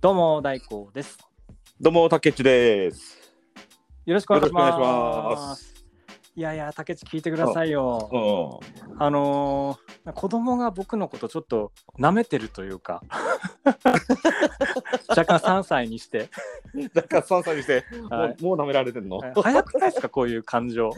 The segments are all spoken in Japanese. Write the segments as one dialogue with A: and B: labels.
A: どうも大光です。
B: どうも、たけっちです。
A: よろしくお願いします。
B: よろしくお願いします
A: いやいや、竹内聞いてくださいよ
B: う。ん。
A: あのー子供が僕のことちょっと舐めてるという か、若干3歳にして、
B: だから3歳にして、
A: はい
B: もう、もう舐められてんの、
A: 早くないですかこういう感情。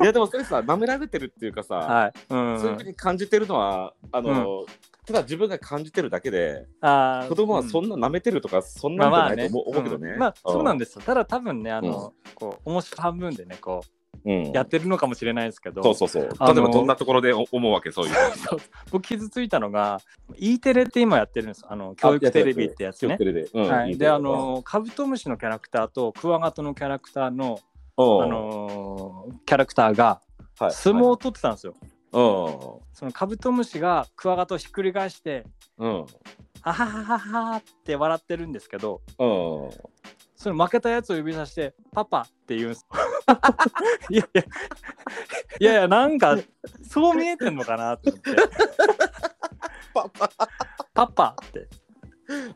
B: い、や、でもそれさ、舐められてるっていうかさ、
A: はい。う。
B: そういうふうんに感じてるのは、あの、ただ自分が感じてるだけで、
A: あー
B: 子供はそんな舐めてるとか、そんなんじゃないと思う,、思うけどね。
A: うんまあそうなん
B: で
A: ですよただ多分ねあの、こう面白半分でねこ
B: す。うん
A: うやってるのかもしれないですけど、
B: そうそうそう。例え
A: あの
B: ばどんなところで思うわけ、そういうの。
A: 僕傷ついたのが E テレって今やってるんですあの教育テレビってやつね
B: テレビで。うん
A: はいい、
B: い
A: で
B: と
A: あ
B: 思う
A: のカブトムシのキャラクターとクワガタのキャラクターの、
B: うん
A: あのーキャラクターが
B: はい
A: 相撲を取ってたんですよ、
B: はい
A: そのカブトムシがクワガタをひっくり返して
B: うん。
A: 「あははははは」って笑ってるんですけど
B: うん。うん。
A: その負けたやつを指さして「パパ」って言うんです いやいやいやいやなんかそう見えてんのかなと思って
B: パパ。
A: 「パパ」って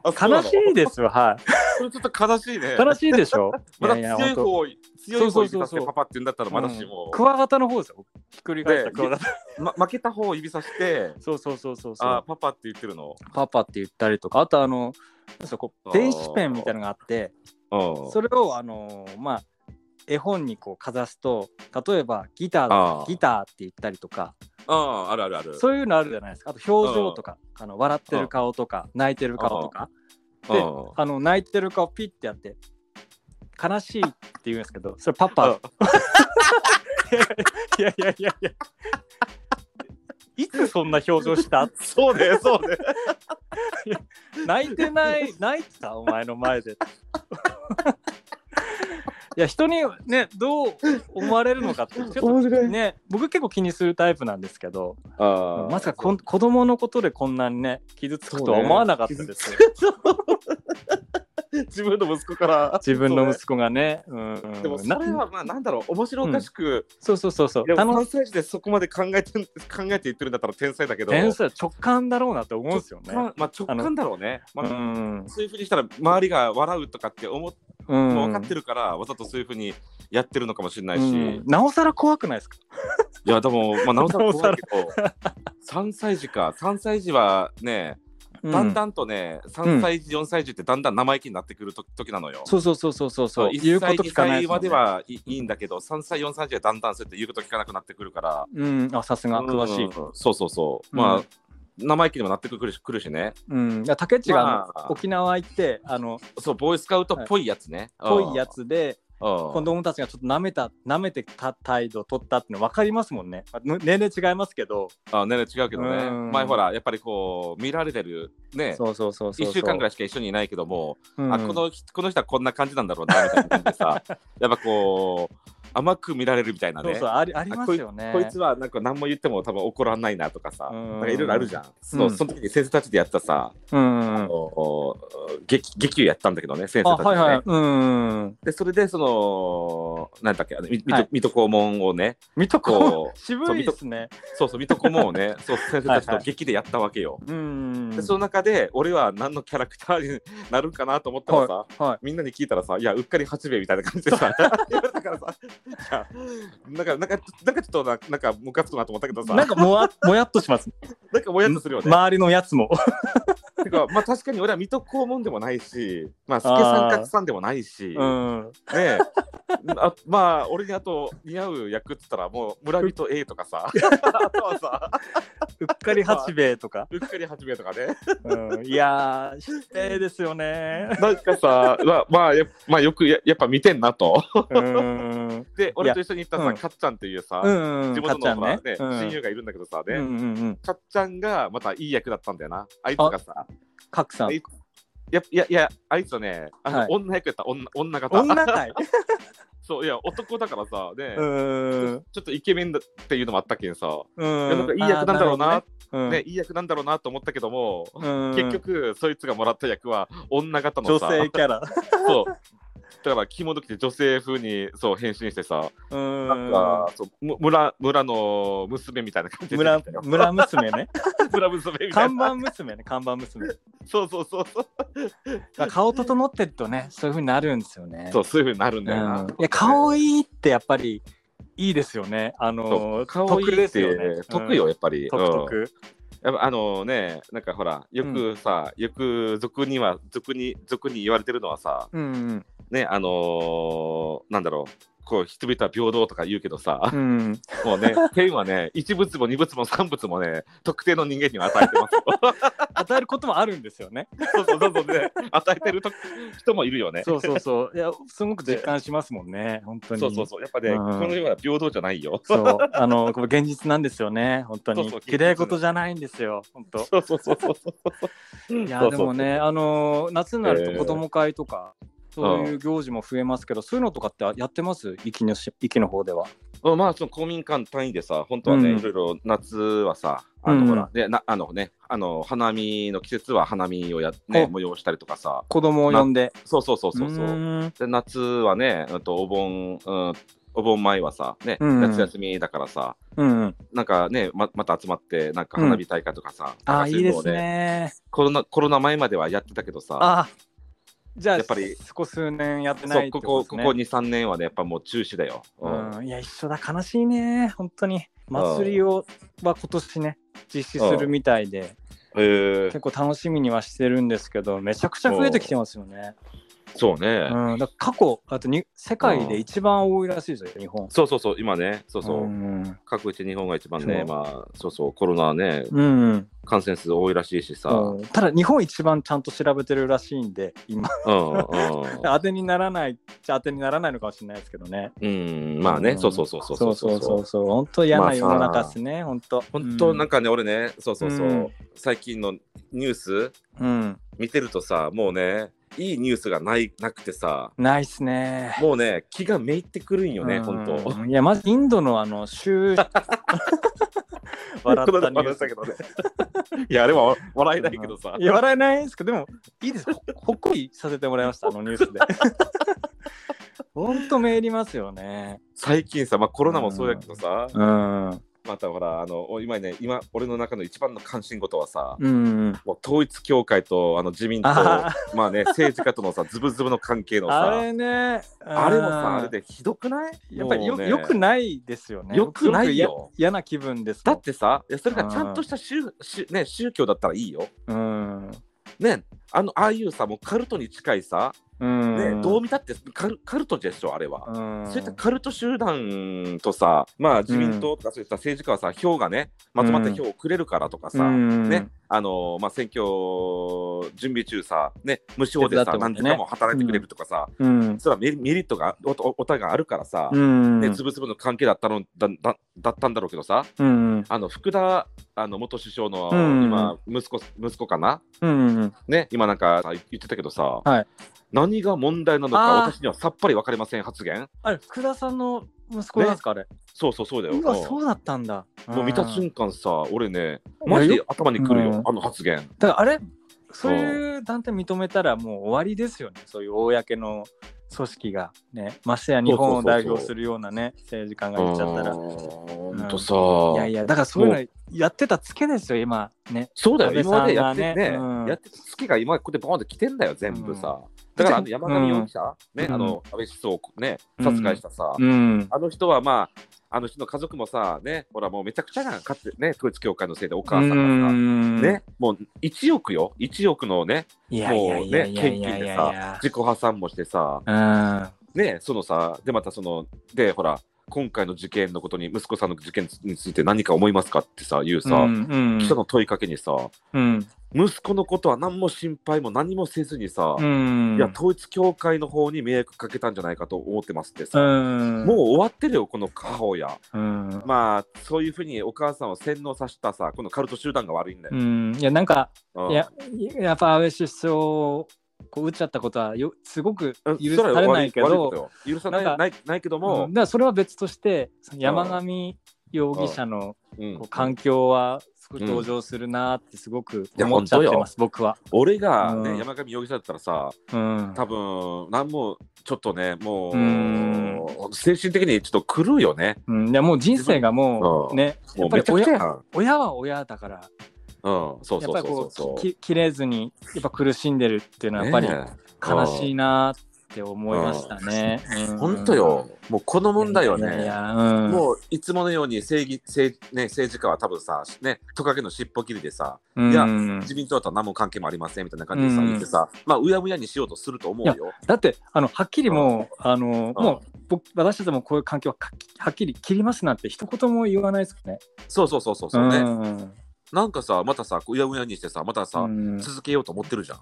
B: あそうな
A: 悲
B: の
A: しいですよはい
B: それちょっと悲しいね。
A: 悲しいでし ょ
B: まだ強い
A: 本当
B: 方、強
A: そ
B: い方
A: う
B: に
A: そう
B: 指
A: そう
B: さし
A: そう
B: てパパって言うんだったらまだしも、
A: クワガタの方ですよひっくり返したクワガタ
B: ま、負けた方を指さして、
A: そうそうそうそうそう
B: あーパパって言ってるの。
A: パパって言ったりとかあとあのなんすかこう
B: あー
A: 電子ペンみたいなのがあって
B: うん
A: それをあのーまあ絵本にこうかざすと例えばギターだ
B: あー
A: ギターって言ったりとか
B: あーあるあるある。
A: そういうのあるじゃないですかあと表情とかあの笑ってる顔とか泣いてる顔とか
B: う
A: で
B: ん
A: あの泣いてる顔ピッてやって悲しいって言うんですけどそれパ パいやいやいやいやいつそんな表情した
B: そうね、そうね。
A: 泣いてない泣いてたお前の前で いや人にねどう思われるのかってちょっと
B: 面白い
A: ね僕結構気にするタイプなんですけど
B: あー
A: まさかこん子供のことでこんなにね傷つくとは思わなかったですよ、
B: 自分の息子から。
A: 自分の
B: 子。
A: 息子がねうん
B: でもそれはまあなんだろう面白おかしく、
A: そうそうそうそう
B: でも
A: 楽
B: 3
A: し
B: 歳児でそこまで考えてん考えて言ってるんだったら天才だけど
A: 天才直感だろうなって思うんですよね
B: 直感まあ直感だろうね
A: う
B: まあ、
A: ん
B: そういうふうにしたら周りが笑うとかって思っ
A: うん
B: もう分かってるから、わざとそういうふうにやってるのかもしれないし、
A: うんなおさら怖くないですか
B: いやでも、まあ、なおさら怖いけど3歳児か3歳児はねだん
A: う
B: だんとね、3歳児4歳児ってだんだん生意気になってくると時なのよ。
A: そうそうそうそうそうそう言
B: 1
A: うこ
B: 歳
A: と
B: 2
A: 聞かないですも
B: 歳ま
A: んね
B: ではいいいんだけど3歳4歳児はだんだんそうやって言うこと聞かなくなってくるから
A: うんあさすが詳しい
B: うんそうそうそう、
A: うん
B: まあ生意気にもなってくるしくるしね
A: うん、だから竹内があの、
B: まあ
A: 沖縄行ってあの
B: そうボーイスカウトっぽいやつね、
A: ぽ
B: うん
A: いや、つで
B: うん
A: 子供たちがちょっと舐めた舐めてた態度を取ったっての分かりますもんねまあぬ年齢違いますけど、
B: あね違うけどね、
A: うん
B: 前ほらやっぱりこう見られてるね
A: そうそうそうそう
B: 1週間ぐら
A: い、
B: いしか一緒にいないけども、
A: うん
B: あこの人この人はこんな感じなんだろうなみたいな感じ でさやっぱこう甘く見られるみたいな
A: そう
B: ね
A: そうありありますよね
B: こいつはなんか何も言っても多分怒らないなとかさ、
A: うん
B: なんかいろいろあるじゃん、そう
A: うん
B: その時に先生たちでやったさ、
A: うん
B: あのお劇劇をやったんだけどね先
A: あ
B: 生たち
A: は
B: でね、
A: いはいうん
B: でそれでそのなんだっけあのみみと
A: はい
B: 水戸黄門をね
A: 水戸黄門
B: こう
A: 渋いですね
B: そうそう水戸黄門 をねそう先生たち
A: はい
B: と
A: はい
B: 劇でやったわけよ、
A: うん
B: でその中で俺は何のキャラクターになるかなと思ったらさ、
A: はい
B: みんなに聞いたらさ、いや、うっかり八兵衛みたいな感じでさ、言われたからさ、いや、なんか、なんか、なんかちょっとな、なんか、ムカつくなと思ったけどさ、
A: なんかも わもやっとします、
B: なんかもやっとするよね。
A: 周りのやつも
B: てかまあ、確かに俺は水戸黄門でもないし、まあ、助さん、
A: あー
B: 格さんでもないし、
A: う
B: ね
A: ん
B: え。あまあ、俺にあと似合う役って言ったら、もう村人 A と かさ、あとはさ、
A: うっかり八兵衛とか、
B: うっかり八兵衛とかね。
A: うん、いやー失礼ですよね
B: なんかさ、まあ、まあ、やまあ、よくややっぱ見てんなと。
A: うん
B: で、俺と一緒に行った
A: いやうん
B: さ、かっちゃんっていうさ、
A: うんうん、
B: 地
A: かっ
B: 元
A: ちゃ
B: の
A: ん
B: ほら
A: ね
B: ね。親友がいるんだけどさ、
A: うん
B: ね、
A: うんうんうん。
B: かっちゃんがまたいい役だったんだよな。あいつがさ、
A: かくさん
B: い。やいやいや、あいつはね、あの、
A: はい
B: 女役やった女女方。
A: 女会。
B: そういや男だからさ、ね、
A: うん。
B: ちょっとイケメンだっていうのもあったけんさ、いやなんか
A: う
B: いい
A: ん。
B: 役なんだろうな、
A: あー。
B: ね
A: なる
B: いい役なんだろうなと思ったけども、
A: ほどねうん
B: 結局そいつがもらった役は女方
A: 女
B: のさ、
A: 性キャラ。
B: そう。だから着物着て女性風にそう変身してさ、
A: う
B: なん
A: ん
B: か。そうむ村村の娘みたいな感じで出て
A: 村
B: きたよ
A: 村娘ね。
B: 村娘みたい
A: 看
B: な。
A: 板娘ね。看板娘。
B: そうそうそうそう。
A: だから顔整ってるとねそういう風になるんですよね
B: そう、そういうふうになるん
A: う
B: だよな。
A: ん、いや顔いいってやっぱりいいですよねあの
B: 顔い
A: 得
B: い
A: で
B: っ
A: す
B: て
A: よね
B: 得よ、やっぱり。
A: 特
B: うん
A: 特
B: やっぱあのね、なんかほら、よくさ、よく俗には、俗に、俗に言われてるのはさ、
A: うんうん
B: ね、あのーなんだろう、こう、人々は平等とか言うけどさ
A: う、ん
B: もうね、天はね、一物も二物も三物もね、特定の人間には与えてますよ。
A: 与えることもあるんですよね
B: そうそうそうそうね、与えてると人もいるよ ね。
A: そうそうそういやすごく実感しますもんね本当に
B: そうそうそう、やっぱね、
A: うん
B: この世は平等じゃないよ。
A: そうあのこれ現実なんですよね本当に
B: そうそう
A: 綺麗事じゃないんですよ本当
B: そうそうそうそうそう。
A: いやでもねあのー夏になると子供会とか、そういう行事も増えますけど、そういうのとかってやってます域のし域の方では。
B: うんまあその公民館単位でさ、本当はね、
A: うん
B: いろいろ夏はさ、あの
A: うん
B: ほら、ねなあのね、あの花見の季節は花見をやね
A: お
B: 催したりとかさ、
A: 子供を呼んで。
B: そうそうそうそうそうう。
A: ーん
B: で夏はね、うんとお盆、うん、お盆前はさ、ね、
A: うん
B: 夏休みだからさ、
A: うんうん。
B: なんかね、ままた集まってなんか
A: うん
B: 花火大会とかさ、
A: あ
B: な
A: あ、
B: ん
A: い
B: かそ
A: いう
B: う
A: で
B: のを
A: すね。
B: コロナ。コロナ前まではやってたけどさ、
A: ああ。じゃあ、
B: やっぱり
A: ここ数年やって
B: そ
A: な
B: う
A: いって
B: こ
A: こ
B: ことこ
A: で
B: こ
A: すね。
B: 2、3年はね、やっぱもう中止だよ。うん
A: うん、いや、一緒だ。悲しいね。本当に。祭りをは今年ね、実施するみたいで、
B: えー
A: 結構楽しみにはしてるんですけど、めちゃくちゃ増えてきてますよね。
B: そうね。
A: うん、だから過去、あとに世界で一番多いらしいですよ、日本。
B: そうそうそう、今ね、そうそう。
A: ん
B: 各地日本が一番ね、
A: そう
B: まあ、そうそう、コロナはね、
A: うん、
B: 感染数多いらしいしさ、うん、うん、
A: うんただ日本一番ちゃんと調べてるらしいんで今当てにならないっちゃ当てにならないのかもしれないですけどね
B: うん、まあね、
A: うん
B: そうそうそうそう
A: そうそうそうそう本当嫌な世の中ですね、本当
B: 本当なん
A: か
B: かね、俺ね、そうそうそう、
A: うん
B: 最近のニュース
A: うん
B: 見てるとさ、もうね、いいニュースがないなくてさ、
A: ないっすね
B: もうね、気がめいってくるんよね、
A: うん
B: 本当。
A: いやまずインドのあの 州笑ったニュース
B: けどね。 いや、あれは笑えないけどさ
A: い。や笑えないですけどでもいいですほほっこりさせてもらいましたあのニュース で本当めいりますよね
B: 最近さ、まあ、コロナもそうやけどさ、
A: うん
B: またほら、あの、お今ね、今、俺の中の一番の関心事はさ、
A: うん
B: もう統一教会とあの自民党
A: あ
B: まあね政治家とのさズブズブの関係のさ
A: あ
B: あれ
A: れね
B: もさあれ
A: で
B: でひどくない
A: やっぱりよ,、
B: もうね
A: よくないですよね。
B: よくないよ
A: く嫌嫌な気分です
B: だ
A: もん。
B: ってさいやそれがちゃんとした宗宗ね、宗教だったらいいよ
A: うん。
B: ねあのああいうさもうカルトに近いさ、
A: うん。
B: ねどう見たってカルカルトでしょあれは、
A: うん。
B: そういったカルト集団とさまあ自民党とかそういった政治家はさ票がねまとまった票をくれるからとかさ、
A: うん
B: ね、あのまあ、選挙準備中さ、ね、無償で
A: 手伝っ
B: さ、
A: てもらっ
B: 何
A: て
B: 時
A: ね
B: 間も働いてくれるとかさ、
A: うん。
B: それはメリメリットがおおお互いがあるからさ、
A: うん。
B: ね、つぶつぶの関係だったのだだだったんだろうけどさ、
A: うん。
B: あの福田あの元首相の
A: うん
B: 今、息子息子かな、
A: うん。
B: ね、今なんか言ってたけどさ、
A: はい
B: 何が問題なの
A: あ
B: か
A: ー
B: 私にはさっぱり分かりません発言。
A: あれ、福田さんの息子なんですか、
B: そうそうそうだ
A: あ
B: よ。
A: れ。うわ、
B: うん
A: そうだったんだ。
B: もう見た
A: ん
B: 瞬間さ、俺ね、
A: いや
B: マジで
A: よ
B: 頭にくる
A: う
B: よ、
A: ん
B: あの発言。
A: だからあれ、そういう団体認めたらもう終わりですよね。そういう公の組織が。ね。ましてや日本を代表するようなね、政治家が言っちゃったら。
B: 本当さ、
A: いやいや、だからそういうのやってたつけですよ、今。ね。
B: そうだよ、
A: 安
B: 今ま
A: 倍
B: で
A: さんが
B: やって
A: ね
B: ね、
A: うん
B: やってた月が今ここでバーンと来てんだよ、全部さ。だからあの山上容疑者、
A: ん
B: ね、あの安倍首相をね、殺害したさ、
A: うん。
B: あの人はまあ、あの人の家族もさ、ね、ほらもうめちゃくちゃな、かつてね、統一教会のせいでお母さんがさ、
A: ん
B: ね、もう1億よ、1億のね、
A: いやいやいやいやいやいやい
B: もうね
A: や。
B: 自己破産もしてさ、
A: うん
B: ね、そのさ、でまたその、で、ほら、今回の事件のことに、息子さんの事件について何か思いますかってさ、いうさ、
A: うんうん
B: 記者の問いかけにさ、
A: うん
B: 息子のことは何も心配も何もせずにさ、
A: うん
B: いや統一教会の方に迷惑かけたんじゃないかと思ってますって
A: う
B: さ、
A: ん
B: もう終わってるよこの母親
A: うん
B: まあそういうふうにお母さんを洗脳させたさこのカルト集団が悪いんだ
A: う
B: よ、
A: んいやなんか
B: うん
A: いややっぱ安倍首相をこう打っちゃったことはよすごく
B: うん
A: 許
B: そは
A: され
B: 悪
A: ないけど
B: 悪いことよ許され
A: な
B: なんい
A: か
B: ないないけど
A: うんだ
B: も
A: か、らそれは別としてその山上容疑者の
B: うん
A: こう環境はすごい同情するなってすごく思っちゃってます僕は。
B: 俺が、ね
A: うん
B: 山上容疑者だったらさ
A: うん
B: 多分なんもちょっとねもう、
A: うん
B: 精神的にちょっと狂うよね
A: うんいやもう人生がもうねや
B: も
A: っ
B: う
A: ぱ
B: め
A: り
B: ちゃくちゃ
A: 親
B: やん
A: 親は親だから
B: うん、そ
A: やっ
B: うそう
A: ぱり
B: そ
A: こ
B: うそう
A: うき切れずにやっぱ苦しんでるっていうのはやっぱり
B: ねえ
A: 悲しいなって思いましたね。
B: う
A: う
B: ん
A: ん
B: 本当よ、もうこの問題よね。
A: いやいやうん、
B: もういつものように正義正、ね、政治家は多分さ、ね、トカゲの尻尾切りでさ、
A: うん
B: いや自民党とは何も関係もありませんみたいな感じでさ、
A: うん
B: 言ってさ、まあ、うやむやにしようとすると思うよ。
A: だってあのはっきりもうあの
B: うん
A: もう僕私たちもこういう環境はかはっきり切りますなんて一言も言わないですよね。
B: そうそうそうそうそうね、
A: ん
B: なんかさ、またさ、うやむやにしてさ、またさ、
A: うん
B: 続けようと思ってるじゃん。っ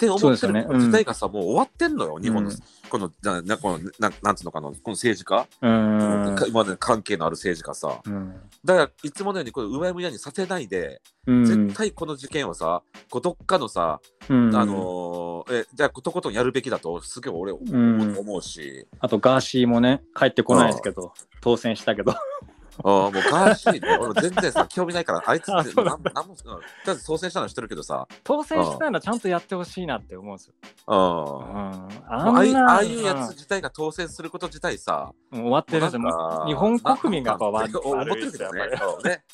B: て思
A: そうで
B: っ
A: す
B: て
A: よ
B: る
A: ね
B: こと自体がさ、もう終わってんのよ、日本の、
A: うん
B: この、ななこのななんつうのかな、この政治家、
A: うん
B: か今までの関係のある政治家さ。
A: うん
B: だから、いつものように、これ、うやむやにさせないで、
A: うん
B: 絶対この事件をさ、こうどっかのさ、
A: うん
B: あのーえじゃあとことんやるべきだとすげえ俺思う,、
A: うん
B: 思うし
A: あとガーシーもね帰ってこないですけど当選したけど
B: あーもうガーシーね 俺も全然さ興味ないからあいつ
A: あ
B: って
A: そうな
B: 何もとりあえず当選したのは知ってるけどさ
A: 当選したらちゃんとやってほしいなって思うんですよ。
B: うん
A: うん、
B: も
A: あ
B: うああい
A: ん
B: う
A: な
B: ああいうやつ自体が当選すること自体さ
A: うんもう終わってるんですよ
B: もうなんか
A: 日本国民がやっぱ
B: な
A: 悪
B: ん
A: い
B: か思ってるけどねそうね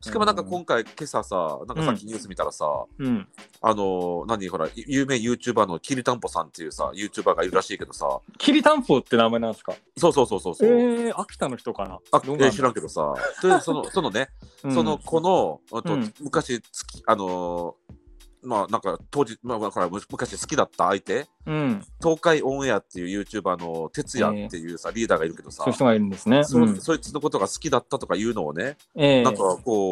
B: しかもなんか今回今朝さなんかさっきニュース見たらさ、
A: うん
B: あのー何ほら有名 YouTuber のきりたんぽさんっていうさ YouTuber がいるらしいけどさ
A: きりたんぽって名前なんですか
B: そうそうそうそうそう、
A: えー、秋田の人かな
B: あ、え
A: どうなんだ
B: ー知らんけどさ、 とりあえずその、そのね、
A: うん
B: その子の、あと
A: うん
B: 昔つき、あのーまあなんか当時、まあ、まあこれはむ昔好きだった相手、
A: うん、
B: 東海オンエアっていう YouTuber の哲也っていうさ、リーダーがいるけどさ
A: そういう、人がいるんですね。
B: そ
A: うん、
B: そいつのことが好きだったとかいうのをね、
A: ええ
B: なんか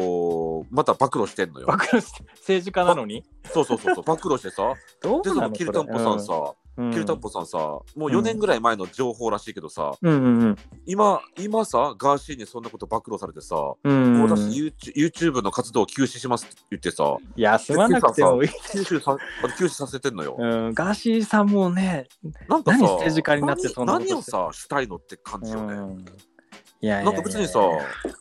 B: こう、また暴露してんのよ。
A: 暴露して政治家なのに
B: そうそうそうそう、暴露して さ、
A: ど
B: で、そのきりたんぽさんさ、
A: うん
B: きりたんぽさんさ、もう4年ぐらい前の情報らしいけどさ、
A: うんうん
B: 今、今さ、ガーシーにそんなこと暴露されてさ、
A: うん
B: も
A: う
B: うん私 YouTube, YouTube の活動を休止しますって言ってさ、
A: 休まなくてもいい、
B: 休止さ休止させてんのよ。
A: うん、ガーシーさんもね、
B: なんかさ、
A: 何政治家になってそんなこと
B: 何何をさ、したいのって感じよね。
A: うん、いやいやいや
B: なんか別にさ、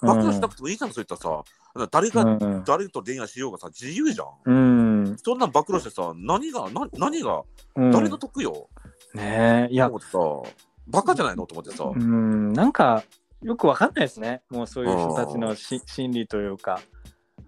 B: 暴露しなくてもいいじゃん、そういったさ、誰が、
A: うん
B: 誰と恋愛しようがさ、自由じゃん。
A: うん
B: そんなん暴露してさ、何が、な何が、
A: うん、
B: 誰の得よ、
A: ねえいや
B: と思ってさ、バカじゃないのと思ってさ、
A: うんなんかよくわかんないですねもうそういう人たちのし心理というか、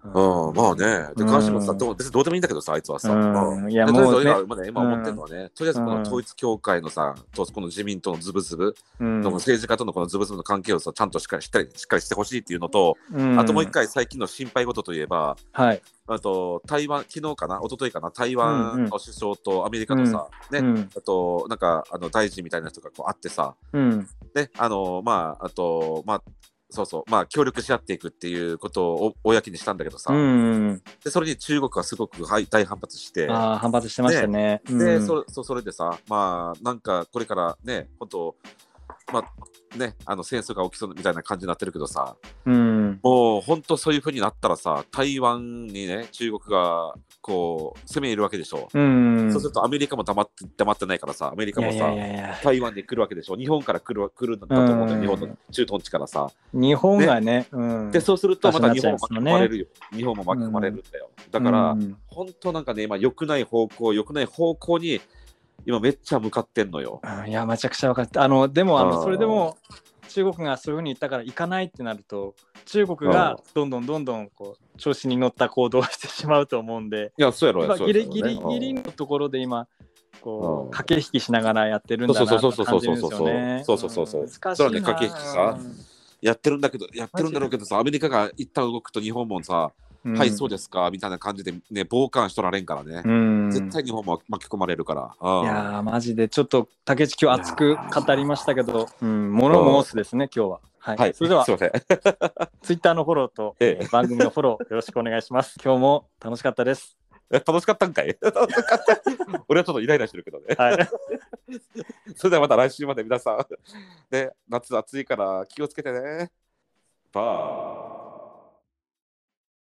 B: うん、まあね。
A: う
B: で、
A: ん
B: 関心もさ、どう別にどうでもいいんだけどさ、あいつはさ。
A: うん
B: まあ
A: いや
B: でとりあえず
A: もうね
B: 俺が今ね今思ってるのはね、とりあえずこの統一教会のさ、とこの自民党のズブズブ、
A: うん
B: の政治家とのこのズブズブの関係をさ、ちゃんとしっかりしっかりしっかりしてほしいっていうのと、
A: うん
B: あともう一回最近の心配事といえば、
A: はい、
B: あと台湾、昨日かな、一昨日かな、台
A: うんう
B: 湾
A: ん
B: の首相とアメリカのさ、
A: う
B: ね、
A: ん
B: あとなんかあの大臣みたいな人がこう会ってさ、
A: うん
B: ね、あの、まあ、あと、まあ、そうそう、まあ、協力し合っていくっていうことを公にしたんだけどさ、
A: うん、
B: でそれに中国はすごくはい大反発して、
A: ああ反発してましたね。
B: で、
A: うん
B: そそそれでさ、まあ、なんかこれからね、本当、まあね、あの戦争が起きそうみたいな感じになってるけどさ、
A: うん
B: もう本当そういうふうになったらさ、台湾にね、中国がこう攻め入るわけでしょ。
A: うん、
B: そうするとアメリカも黙って黙ってないからさ、アメリカも
A: い
B: さ、
A: やいやいやいや
B: 台湾に来るわけでしょ。日本から来るわ来るんだと思う
A: う
B: よ、
A: ん
B: 日本の中東地からさ。
A: 日本がね、うん、
B: で、そうするとまた日本も
A: 場所
B: 巻き
A: になっちゃいますよ
B: 込
A: ね
B: まれるよ。日本も巻き込まれるんだよ。だから、
A: うん
B: 本当なんかね、今、良くない方向、良くない方向に、今、めっちゃ向かってんのよ。
A: うんいやめちゃくちゃ分かってあのでもあ
B: あ
A: の
B: ー
A: それでも中国がそういうふうに言ったから行かないってなると中国が
B: あ
A: どんどんどんどんこう調子に乗った行動をしてしまうと思うんで
B: いや、そうやろ、
A: 今
B: そう
A: ギリ
B: やろ
A: ギリギリのところで今こ
B: うん
A: う駆け引きしながらやってるんだな
B: そう
A: と
B: そうそう
A: 感じるん
B: そ
A: です
B: うそう
A: よね。
B: そうそうそうそう
A: うん難しいな
B: それはね駆け引きさやってるんだけど、やってるんだろうけどさ、アメリカが一旦動くと日本もさ、
A: うん
B: はい、そうですか、みたいな感じでね、傍観しとられんからね。
A: うん
B: 絶対日本も巻き込まれるから。
A: い
B: うん
A: やーマジでちょっと竹地今日熱く語りましたけど、うん、物申すですね今日は。はい、
B: はい、
A: それでは
B: すいません。
A: ツイッターのフォローと、
B: ええ
A: えー番組のフォローよろしくお願いします。今日も楽しかったです。
B: 楽しかったんか い 楽しかった俺はちょっとイライラしてるけどね。
A: はい、
B: それではまた来週まで皆さん。で、夏暑いから気をつけてね。バイ。